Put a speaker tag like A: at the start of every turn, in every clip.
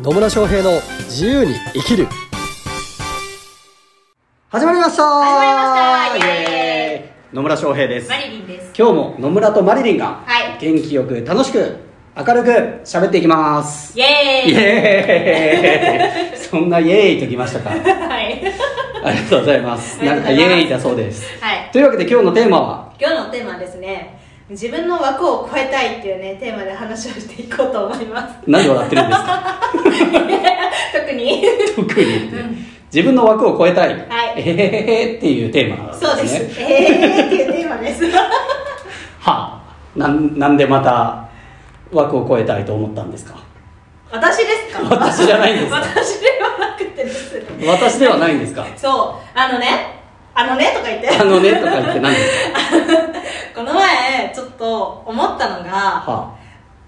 A: 野村翔平の自由に生きる始まりました
B: 始まりましたイエーイ
A: エーイ野村翔平です
B: マリリンです。
A: 今日も野村とマリリンが
B: はい
A: 元気よく楽しく明るく喋っていきます
B: イエー
A: イ
B: イ。
A: エーイそんなイエーイときましたか
B: はい。
A: ありがとうございますなんか
B: あ
A: イ
B: りがとうござ
A: エ
B: います
A: ーイだそうです
B: はい。
A: というわけで今日のテーマは
B: 今日のテーマはですね。自分の枠を超えたいっていうね、テーマで話をしていこうと思います。
A: 何で笑ってるんですか
B: 特に。
A: 特に、自分の枠を超えたい、
B: はい
A: えへへへっていうテーマ
B: そう
A: なん
B: で。
A: ですすね
B: えーっていうテーマです。
A: はあなんなんでまた枠を超えたいと思ったんですか
B: 私ですか。
A: 私じゃないんですか
B: 私ではなくてです。
A: 私ではないん ですか
B: そう、あのね。あのねとか言って。
A: あのねとか言って何です
B: この前、ちょっと思った
A: か
B: のが。
A: は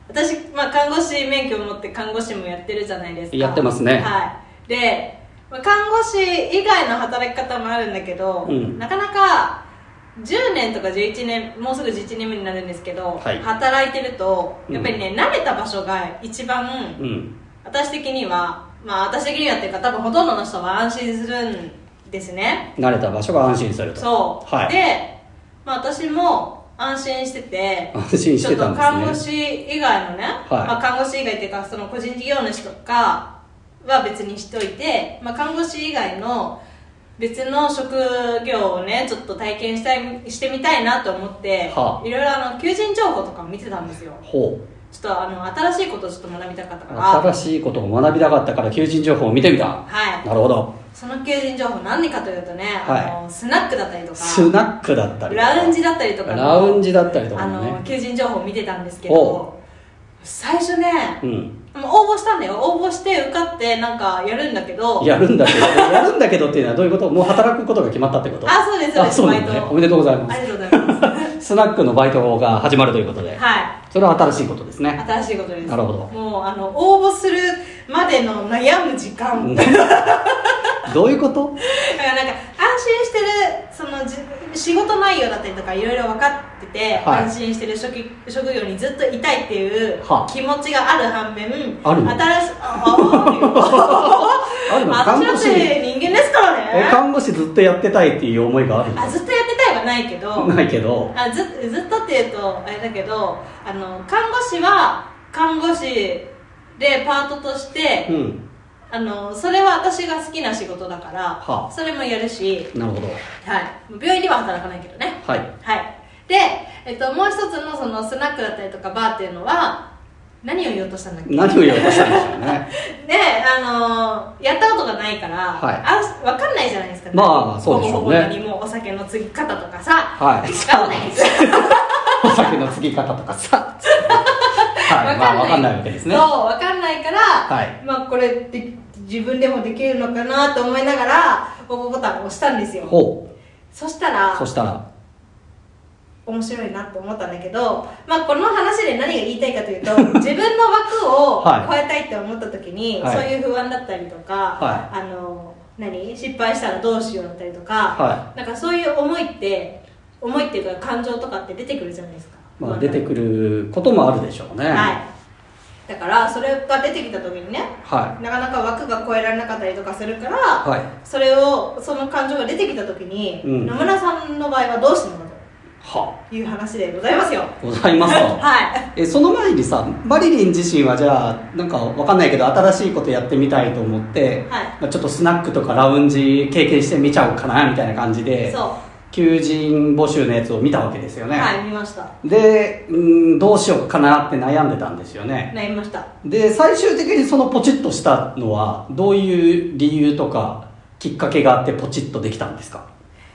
B: 私、まあ、看護師免許を持って看護師もやってるじゃないですか
A: やってますね
B: はいで、まあ、看護師以外の働き方もあるんだけど、
A: うん
B: なかなか10年とか11年もうすぐ11年目になるんですけど、
A: はい
B: 働いてると
A: うん
B: やっぱりね、慣れた場所が一
A: あ
B: 番
A: うん
B: 私的にはまあ私的にはっていうか多分ほとんどの人は安心するんですね
A: 慣れた場所が安心すると
B: そう、
A: はい
B: で、まあ、私も安心してて
A: 安心してたん
B: ちょっと看護
A: ですね
B: 師以外のね、まあ、看護師以外っていうかその個人事業主とかは別にしといて、まあ、看護師以外の別の職業をねちょっと体験したいしてみたいなと思って、
A: はい
B: ろいろあの求人情報とかも見てたんですよ
A: ほう
B: ちょっとあの新しいことをちょっと学びたかったから
A: 新しいことを学びたかったから求人情報を見てみた
B: はい
A: なるほど
B: その求人情報何かというとね、あのスナックだったりとか
A: スナックだったりとか
B: ラウンジだったりとかの
A: ラウンジだったりとか
B: あ
A: もね
B: の求人情報を見てたんですけ
A: お
B: ど最初ね
A: うん
B: でも応募したんだよ応募して受かってなんかやるんだけど
A: やるんだけどやるんだけどっていうのはどういうこともう働くことが決まったってこと
B: あそうですそう
A: あ
B: です
A: そう
B: バ
A: な
B: イ
A: ん
B: ト
A: だねおめでとうございま
B: あ
A: す
B: りがとうございま
A: スナックのバイトが始まるということで、
B: すは
A: それは新しいことです
B: い
A: ね
B: 新しいことです
A: なるほど
B: もうあの応募するまでの悩む時間
A: うん
B: だか
A: どういうこと
B: らなんか安心してるそのじ仕事内容だったりとかいろいろ分かってて、
A: はい
B: 安心してる職職業にずっといたいっていう
A: はあ
B: 気持ちがある反面
A: あるの
B: 新しああ
A: あるの看
B: 私
A: 護
B: だっ
A: 師
B: て人間ですから
A: え
B: ね
A: 看護師ずっとやってたいっていう思いがある
B: あずっとやってたいはないけど
A: のないけど
B: あずずっとっていうとあれだけどあの看護師は看護師でパートとして、
A: うん
B: あのそれは私が好きな仕事だから、
A: はあ
B: それもやるし、
A: なるほど
B: はい、病院では働かないけどね
A: はい
B: はいで、えっと、もう一つのそのスナックだったりとかバーっていうのは何を言おうとしたんだっけ
A: 何を言おうとしたんでしょうね
B: で、あのやったことがないから、
A: はい
B: あ分かんないじゃないですか、
A: まあそうでしょうね
B: ほぼほぼ何もお酒の継ぎ方とかさ
A: はい
B: 分かんないです
A: お酒の継ぎ方とかさはいまあ分かんないわけですね
B: そうわかんないから、
A: はい
B: まあこれで自分でもできるのかなと思いながら応募ボタンを押したんですよ
A: ほう
B: そしたら
A: そしたら
B: 面白いなと思ったんだけど、まあ、この話で何が言いたいかと いうと自分の
A: はい
B: 枠を超えたいって思った時に、
A: はい
B: そういう不安だったりとか、
A: は
B: あの何失敗したらどうしようだったりとか、
A: は
B: なんかそういう思いって思いっていうか感情とかって出てくるじゃないですか、
A: まあ出てくることもあるでしょうね
B: はいだからそれが出てきた時にね
A: は
B: なかなか枠が超えられなかったりとかするから、
A: いはい
B: それをその感情が出てきた時に、
A: うん
B: 野村さんの場合はどうしてるのか
A: は
B: という話でございますよ
A: ございますと
B: はい
A: えその前にさマリリン自身はじゃあなんかわかんないけど新しいことやってみたいと思って、
B: はい
A: まあちょっとスナックとかラウンジ経験してみちゃおうかなみたいな感じで
B: そう、
A: 求人募集のやつを見たわけですよね、
B: はい見ました
A: でうんどうしようかなって悩んでたんですよね
B: 悩みました
A: で最終的にそのポチッとしたのはどういう理由とかきっかけがあってポチッとできたんですか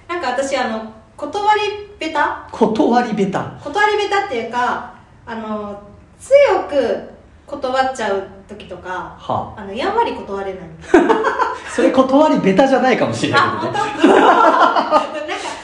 B: なんか私あの断りベタ
A: 断りベタ
B: 断りベタっていうかあの強く断っちゃう時とか
A: は
B: あのやんわり断れない
A: あそれ断りベタじゃないかもしれない
B: あ
A: けど
B: 本
A: ね
B: 当なんか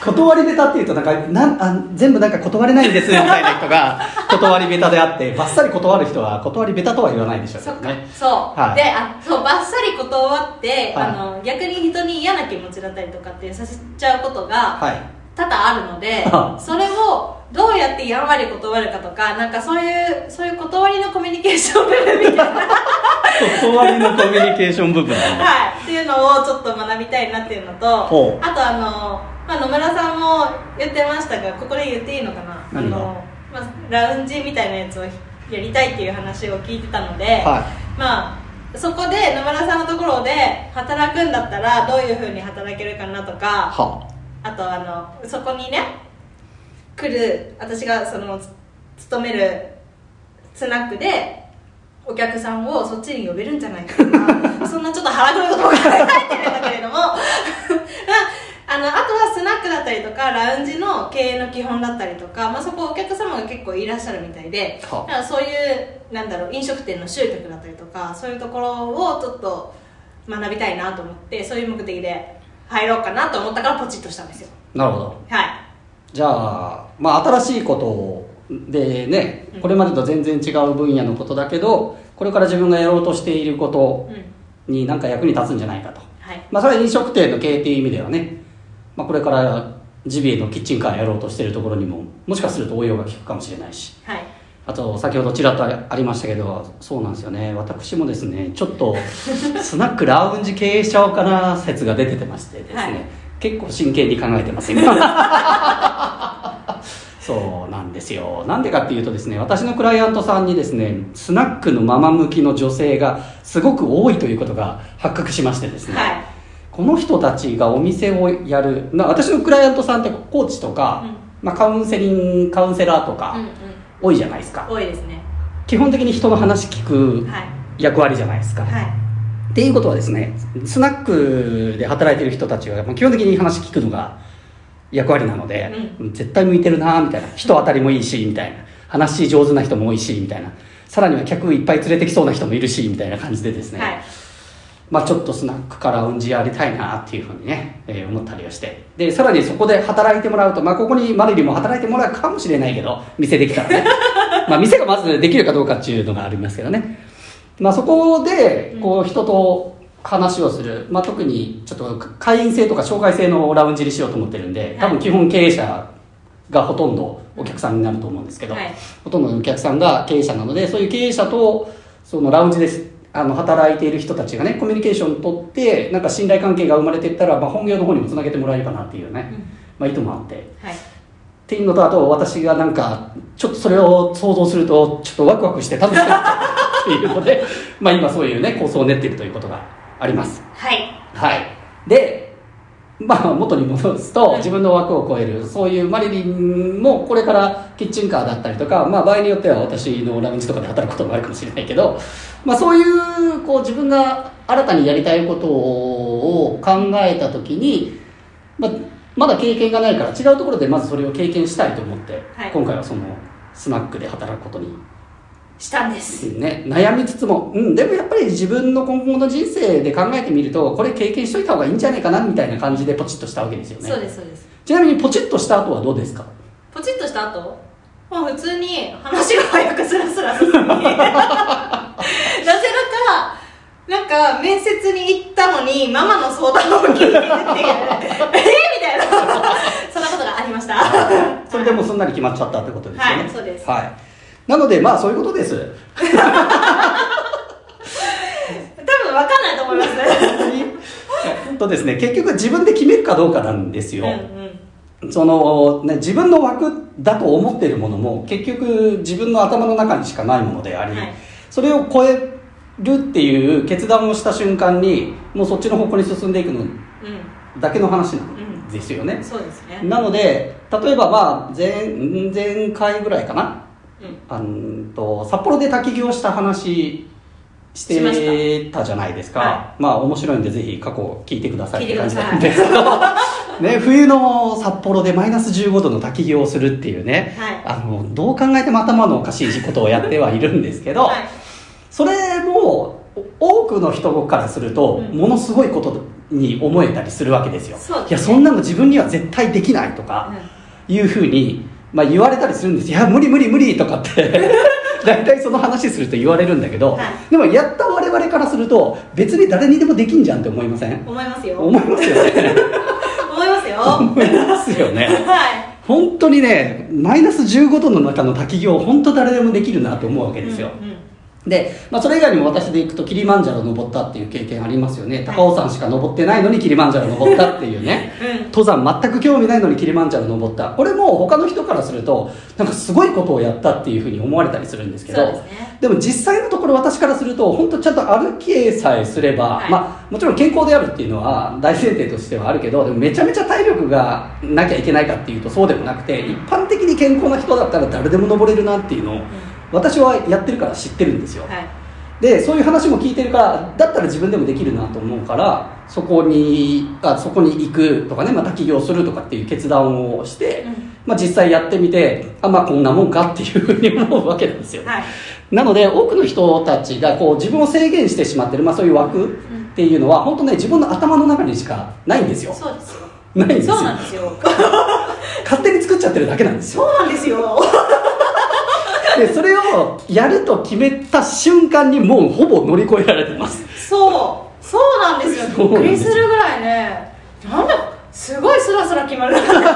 A: 断りベタっていうとなんかなんあ全部なんか断れないんですみたいな人が断りベタであってバッサリ断る人は断りベタとは言わないでしょうけ
B: そ
A: ど
B: っか、
A: ね
B: そう、
A: はい
B: であそうバッサリ断って、
A: はい
B: あの逆に人に嫌な気持ちだったりとかってさせちゃうことが
A: はい
B: 多々あるの で、
A: あ
B: それをどうやってやん わり断るかとかなんかそういうそういう断りのコミュニケーションみたいな
A: 断りのコミュニケーション部分なんだ
B: はい、っていうのをちょっと学びたいなっていうの
A: ほ
B: と
A: う
B: あとあの、まあ、野村さんも言ってましたがここで言っていいのかなあ
A: 何が
B: の、まあ、ラウンジみたいなやつをやりたいっていう話を聞いてたので、
A: は
B: まあ、そこで野村さんのところで働くんだったらどういうふうに働けるかなと
A: い
B: か
A: は
B: あとあのそこにね来る私がその勤めるスナックでお客さんをそっちに呼べるんじゃないかとかそんなちょっと 腹黒いことを考えてるんだけれども ああのあとはスナックだったりとかラウンジの経営の基本だったりとか、まあ、そこお客様が結構いらっしゃるみたいでだ
A: はあ
B: からそういうなんだろう飲食店の集客だったりとかそういうところをちょっと学びたいなと思ってそういう目的で入ろうかなと思ったからポチッとしたんですよ
A: なるほど
B: はい
A: じゃあまあ新しいことをでね
B: うん
A: これまでと全然違う分野のことだけどこれから自分がやろうとしていること
B: うん
A: に何か役に立つんじゃないかと
B: はい
A: まあそれは飲食店の経営っていう意味ではね、まあ、これからジビエのキッチンカーやろうとしているところにももしかすると応用が効くかもしれないし
B: はい
A: あと先ほどちらっとありましたけどそうなんですよね私もですねちょっとスナックラウンジ経営しちゃおうかな説が出ててましてですね、
B: はい
A: 結構真剣に考えてます今 そうなんですよなんでかっていうとですね私のクライアントさんにですねスナックのママ向きの女性がすごく多いということが発覚しましてですね、
B: はい
A: この人たちがお店をやるな私のクライアントさんってコーチとか、
B: うん
A: まあ、カウンセリングカウンセラーとか
B: うんうん
A: 多いじゃないですか、
B: 多いですね
A: 基本的に人の話聞く
B: はい
A: 役割じゃないですか、
B: はい
A: っていうことはですねスナックで働いてる人たちはまあ基本的に話聞くのが役割なので、絶対向いてるなみたいな人当たりもいいしみたいな話上手な人も多いしみたいなさらには客いっぱい連れてきそうな人もいるしみたいな感じでですね、
B: はい
A: まあ、ちょっとスナックからうんじやりたいなっていうふうにね、えー思ったりをしてでさらにそこで働いてもらうと、まあ、ここにマリリンも働いてもらうかもしれないけど店できたら ねまあ店がまずできるかどうかっていうのがありますけどね、まあ、そこでこう人と話をする、まあ、特にちょっと会員制とか紹介制のラウンジにしようと思ってるんで多分基本経営者がほとんどお客さんになると思うんですけど、
B: はい
A: ほとんどのお客さんが経営者なのでそういう経営者とそのラウンジですあの働いている人たちがねコミュニケーションを取ってなんか信頼関係が生まれていったら、まあ、本業の方にもつなげてもらえればなっていうね、
B: うん
A: まあ、意図もあってっ
B: はい
A: ていうのとあと私がなんかちょっとそれを想像するとちょっとワクワクして楽しくなっちゃうっていうので、 まあ、今そういうね構想を練っているということがあります。
B: はい
A: はい、で、まあ、元に戻すと
B: はい
A: 自分の枠を超えるそういうマリリンもこれからキッチンカーだったりとか、まあ、場合によっては私のラウンジとかで働くこともあるかもしれないけど、まあ、そういうこう自分が新たにやりたいことを考えた時に、まあ、まだ経験がないから違うところでまずそれを経験したいと思って、
B: はい
A: 今回はそのスナックで働くことに
B: したんです
A: ね、悩みつつも、うん、でもやっぱり自分の今後の人生で考えてみるとこれ経験しといた方がいいんじゃないかなみたいな感じでポチッとしたわけですよね
B: そうですそうです
A: ちなみにポチッとした後はどうですか
B: ポチッとした後まあ普通に話が早くスラスラ進みなぜだかなんか面接に行ったのにママの相談を聞いてるっていうえーみたいなそんなことがありましたは
A: それでもうすんなり決まっちゃったってことですよね
B: はいそうです
A: はいなのでまあそういうことです
B: い多分分かんないと思います
A: とですね結局自分で決めるかどうかなんですよ、
B: うんうん
A: その、ね、自分の枠だと思っているものも結局自分の頭の中にしかないものであり、
B: はい
A: それを超えるっていう決断をした瞬間にもうそっちの方向に進んでいくのだけの話なんですよ
B: うん
A: ね、
B: そうですね
A: なので例えばまあ前前回ぐらいかな
B: うん
A: あのと札幌で滝行した話し
B: しま
A: て
B: した
A: たじゃないですか
B: は
A: まあ面白いんでぜひ過去聞いてくださいって感じなん
B: 聞い
A: ですけどね、冬の札幌でマイナス15度の滝行をするっていうね、
B: は
A: あのどう考えても頭のおかしいことをやってはいるんですけど、
B: はい
A: それもお多くの人からすると、
B: うん
A: ものすごいことに思えたりするわけですよ
B: そうです
A: い
B: ね
A: やそんなの自分には絶対できないとか、いうふうに、まあ、言われたりするんですいや無理無理無理とかって 大体その話すると言われるんだけど、
B: はい
A: でもやった我々からすると別に誰にでもできんじゃんって思いませ
B: うん
A: ん
B: 思いますよ
A: 思いますよね
B: 思いますよは
A: 思いますよね
B: い
A: 本当にねマイナス15度の中の滝行本当誰でもできるなと思うわけですよ、
B: うんうん
A: で、まあ、それ以外にも私で行くとキリマンジャロ登ったっていう経験ありますよね高尾山しか登ってないのにキリマンジャロ登ったっていうね
B: うん
A: 登山全く興味ないのにキリマンジャロ登ったこれも他の人からするとなんかすごいことをやったっていうふうに思われたりするんですけど
B: そうですね
A: でも実際のところ私からすると本当ちゃんと歩きさえすれば、
B: はい
A: まあ、もちろん健康であるっていうのは大前提としてはあるけどでもめちゃめちゃ体力がなきゃいけないかっていうとそうでもなくて一般的に健康な人だったら誰でも登れるなっていうのを私はやってるから知ってるんですよ、
B: はい
A: でそういう話も聞いてるからだったら自分でもできるなと思うからそこにあそこに行くとかねまた起業するとかっていう決断をして、
B: うん
A: まあ、実際やってみてあまあこんなもんかっていうふうに思うわけなんですよ、
B: はい
A: なので多くの人たちがこう自分を制限してしまってる、まあ、そういう枠っていうのは本当ね自分の頭の中にしかないんですよ
B: そうですよ
A: ないんですよ
B: そうなんですよ
A: 勝手に作っちゃってるだけなんですよ
B: そうなんですよ
A: でそれをやると決めた瞬間にもうほぼ乗り越えられてます
B: そうそうなんですよ
A: そう
B: び
A: なん
B: っく
A: で
B: り
A: す
B: するぐらいねなんだすごいスラスラ決まるなって思って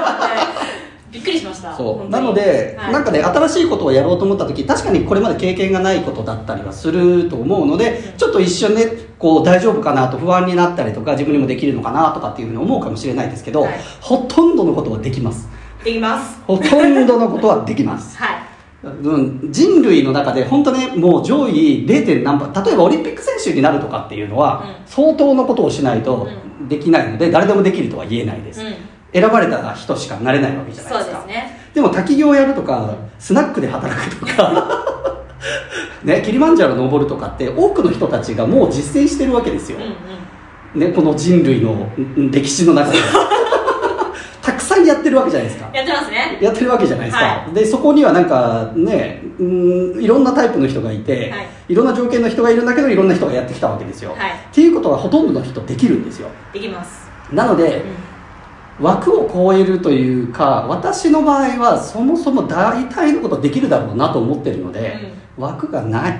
B: びっくりしました
A: そ
B: 本
A: う
B: 当
A: な
B: に
A: ので、
B: はい
A: なんかね新しいことをやろうと思った時確かにこれまで経験がないことだったりはすると思うのでちょっと一瞬ねこう大丈夫かなと不安になったりとか自分にもできるのかなとかっていうふうに思うかもしれないですけど、
B: はい
A: ほとんどのことはできます
B: できます
A: ほとんどのことはできます
B: はい
A: うん、人類の中で本当ねもう上位 0. 何番例えばオリンピック選手になるとかっていうのは、
B: うん
A: 相当のことをしないと
B: う
A: できないので、誰でもできるとは言えないです、
B: うん
A: 選ばれた人しかなれないわけじゃないで
B: そう
A: す
B: で
A: か
B: すね
A: でも滝行やるとかスナックで働くとか ねキリマンジャロ登るとかって多くの人たちがもう実践してるわけです
B: う
A: よ、
B: んう
A: ね、
B: ん
A: この人類のうん歴史の中 でたくさんやってるわけじゃないですか
B: やってますね
A: やってるわけじゃないですか、
B: は
A: でそこにはなんかねうんいろんなタイプの人がいて、、
B: はい
A: ろんな条件の人がいるんだけどいろんな人がやってきたわけですよ、
B: はい
A: っていうことはほとんどの人できるんですよ
B: できます
A: なので、
B: う
A: 枠を超えるというか私の場合はそもそも大体のことできるだろうなと思ってるので、枠がない
B: んない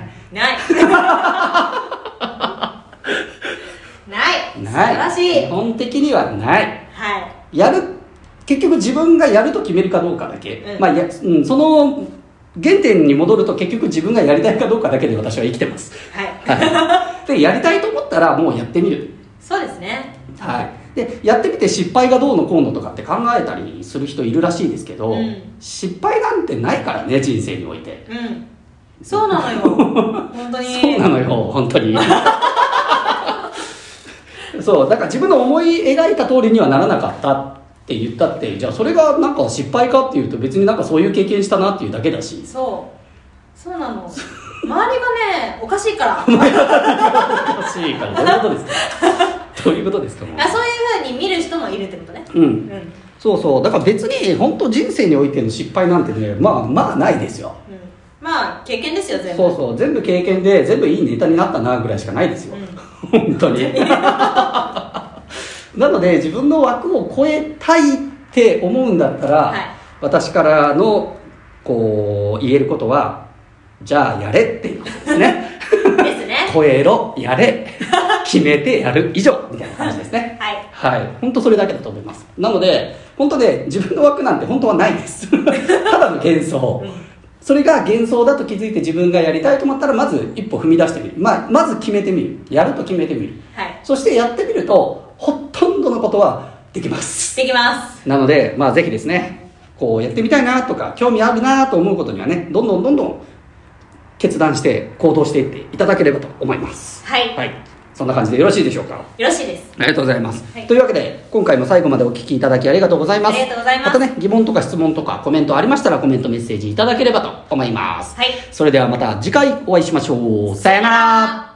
B: ない
A: ない
B: 素晴らし
A: 基
B: い
A: 本的にはない
B: はい
A: やる結局自分がやると決めるかどうかだけ、
B: うん
A: まあやうん、その原点に戻ると結局自分がやりたいかどうかだけで私は生きてます、
B: はい
A: はい、でやりたいと思ったらもうやってみる、
B: そうですね
A: はい、でやってみて失敗がどうのこうのとかって考えたりする人いるらしいですけど、
B: うん
A: 失敗なんてないからね人生において
B: うんそうなのよ本当に
A: そうなのよ本当に そうだから自分の思い描いた通りにはならなかったって言ったってじゃあそれがなんか失敗かっていうと別になんかそういう経験したなっていうだけだし
B: そうそうなの周りがねおかしいから あ
A: おかしいからどういうことですか どういうことですかも
B: そういうふうに見る人もいるってことね
A: うう
B: うんんうん
A: そうそうだから別に本当人生においての失敗なんてねまあまあないですよ
B: まあ経験ですよ全部
A: そうそう全部経験で全部いいネタになったなぐらいしかないですよ、本当 になので自分の枠を超えたいって思うんだったら、
B: はい
A: 私からのこう言えることはじゃあやれっていうことです ね
B: うんですね
A: 超えろやれ決めてやる以上みたいな感じですね
B: はい
A: はい、本当それだけだと思います。なので、本当ね、自分の枠なんて本当はない です。ただの幻想
B: うん。
A: それが幻想だと気づいて自分がやりたいと思ったら、まず一歩踏み出してみる。まあ、まず決めてみる。やると決めてみる。
B: はい
A: そしてやってみると、ほとんどのことはできます。
B: できます
A: なので、まあ、ぜひですね、こうやってみたいなとか、興味あるなと思うことにはね、どんどんどんどん決断して行動していっていただければと思います。
B: はい、
A: はい。そんな感じでよろしいでしょうか。
B: よろしいです
A: ありがとうございます、
B: はい
A: というわけで今回も最後までお聞きいただきありがとうございます
B: ありがとうございます
A: またね疑問とか質問とかコメントありましたらコメントメッセージいただければと思います、
B: はい
A: それではまた次回お会いしましょうさよなら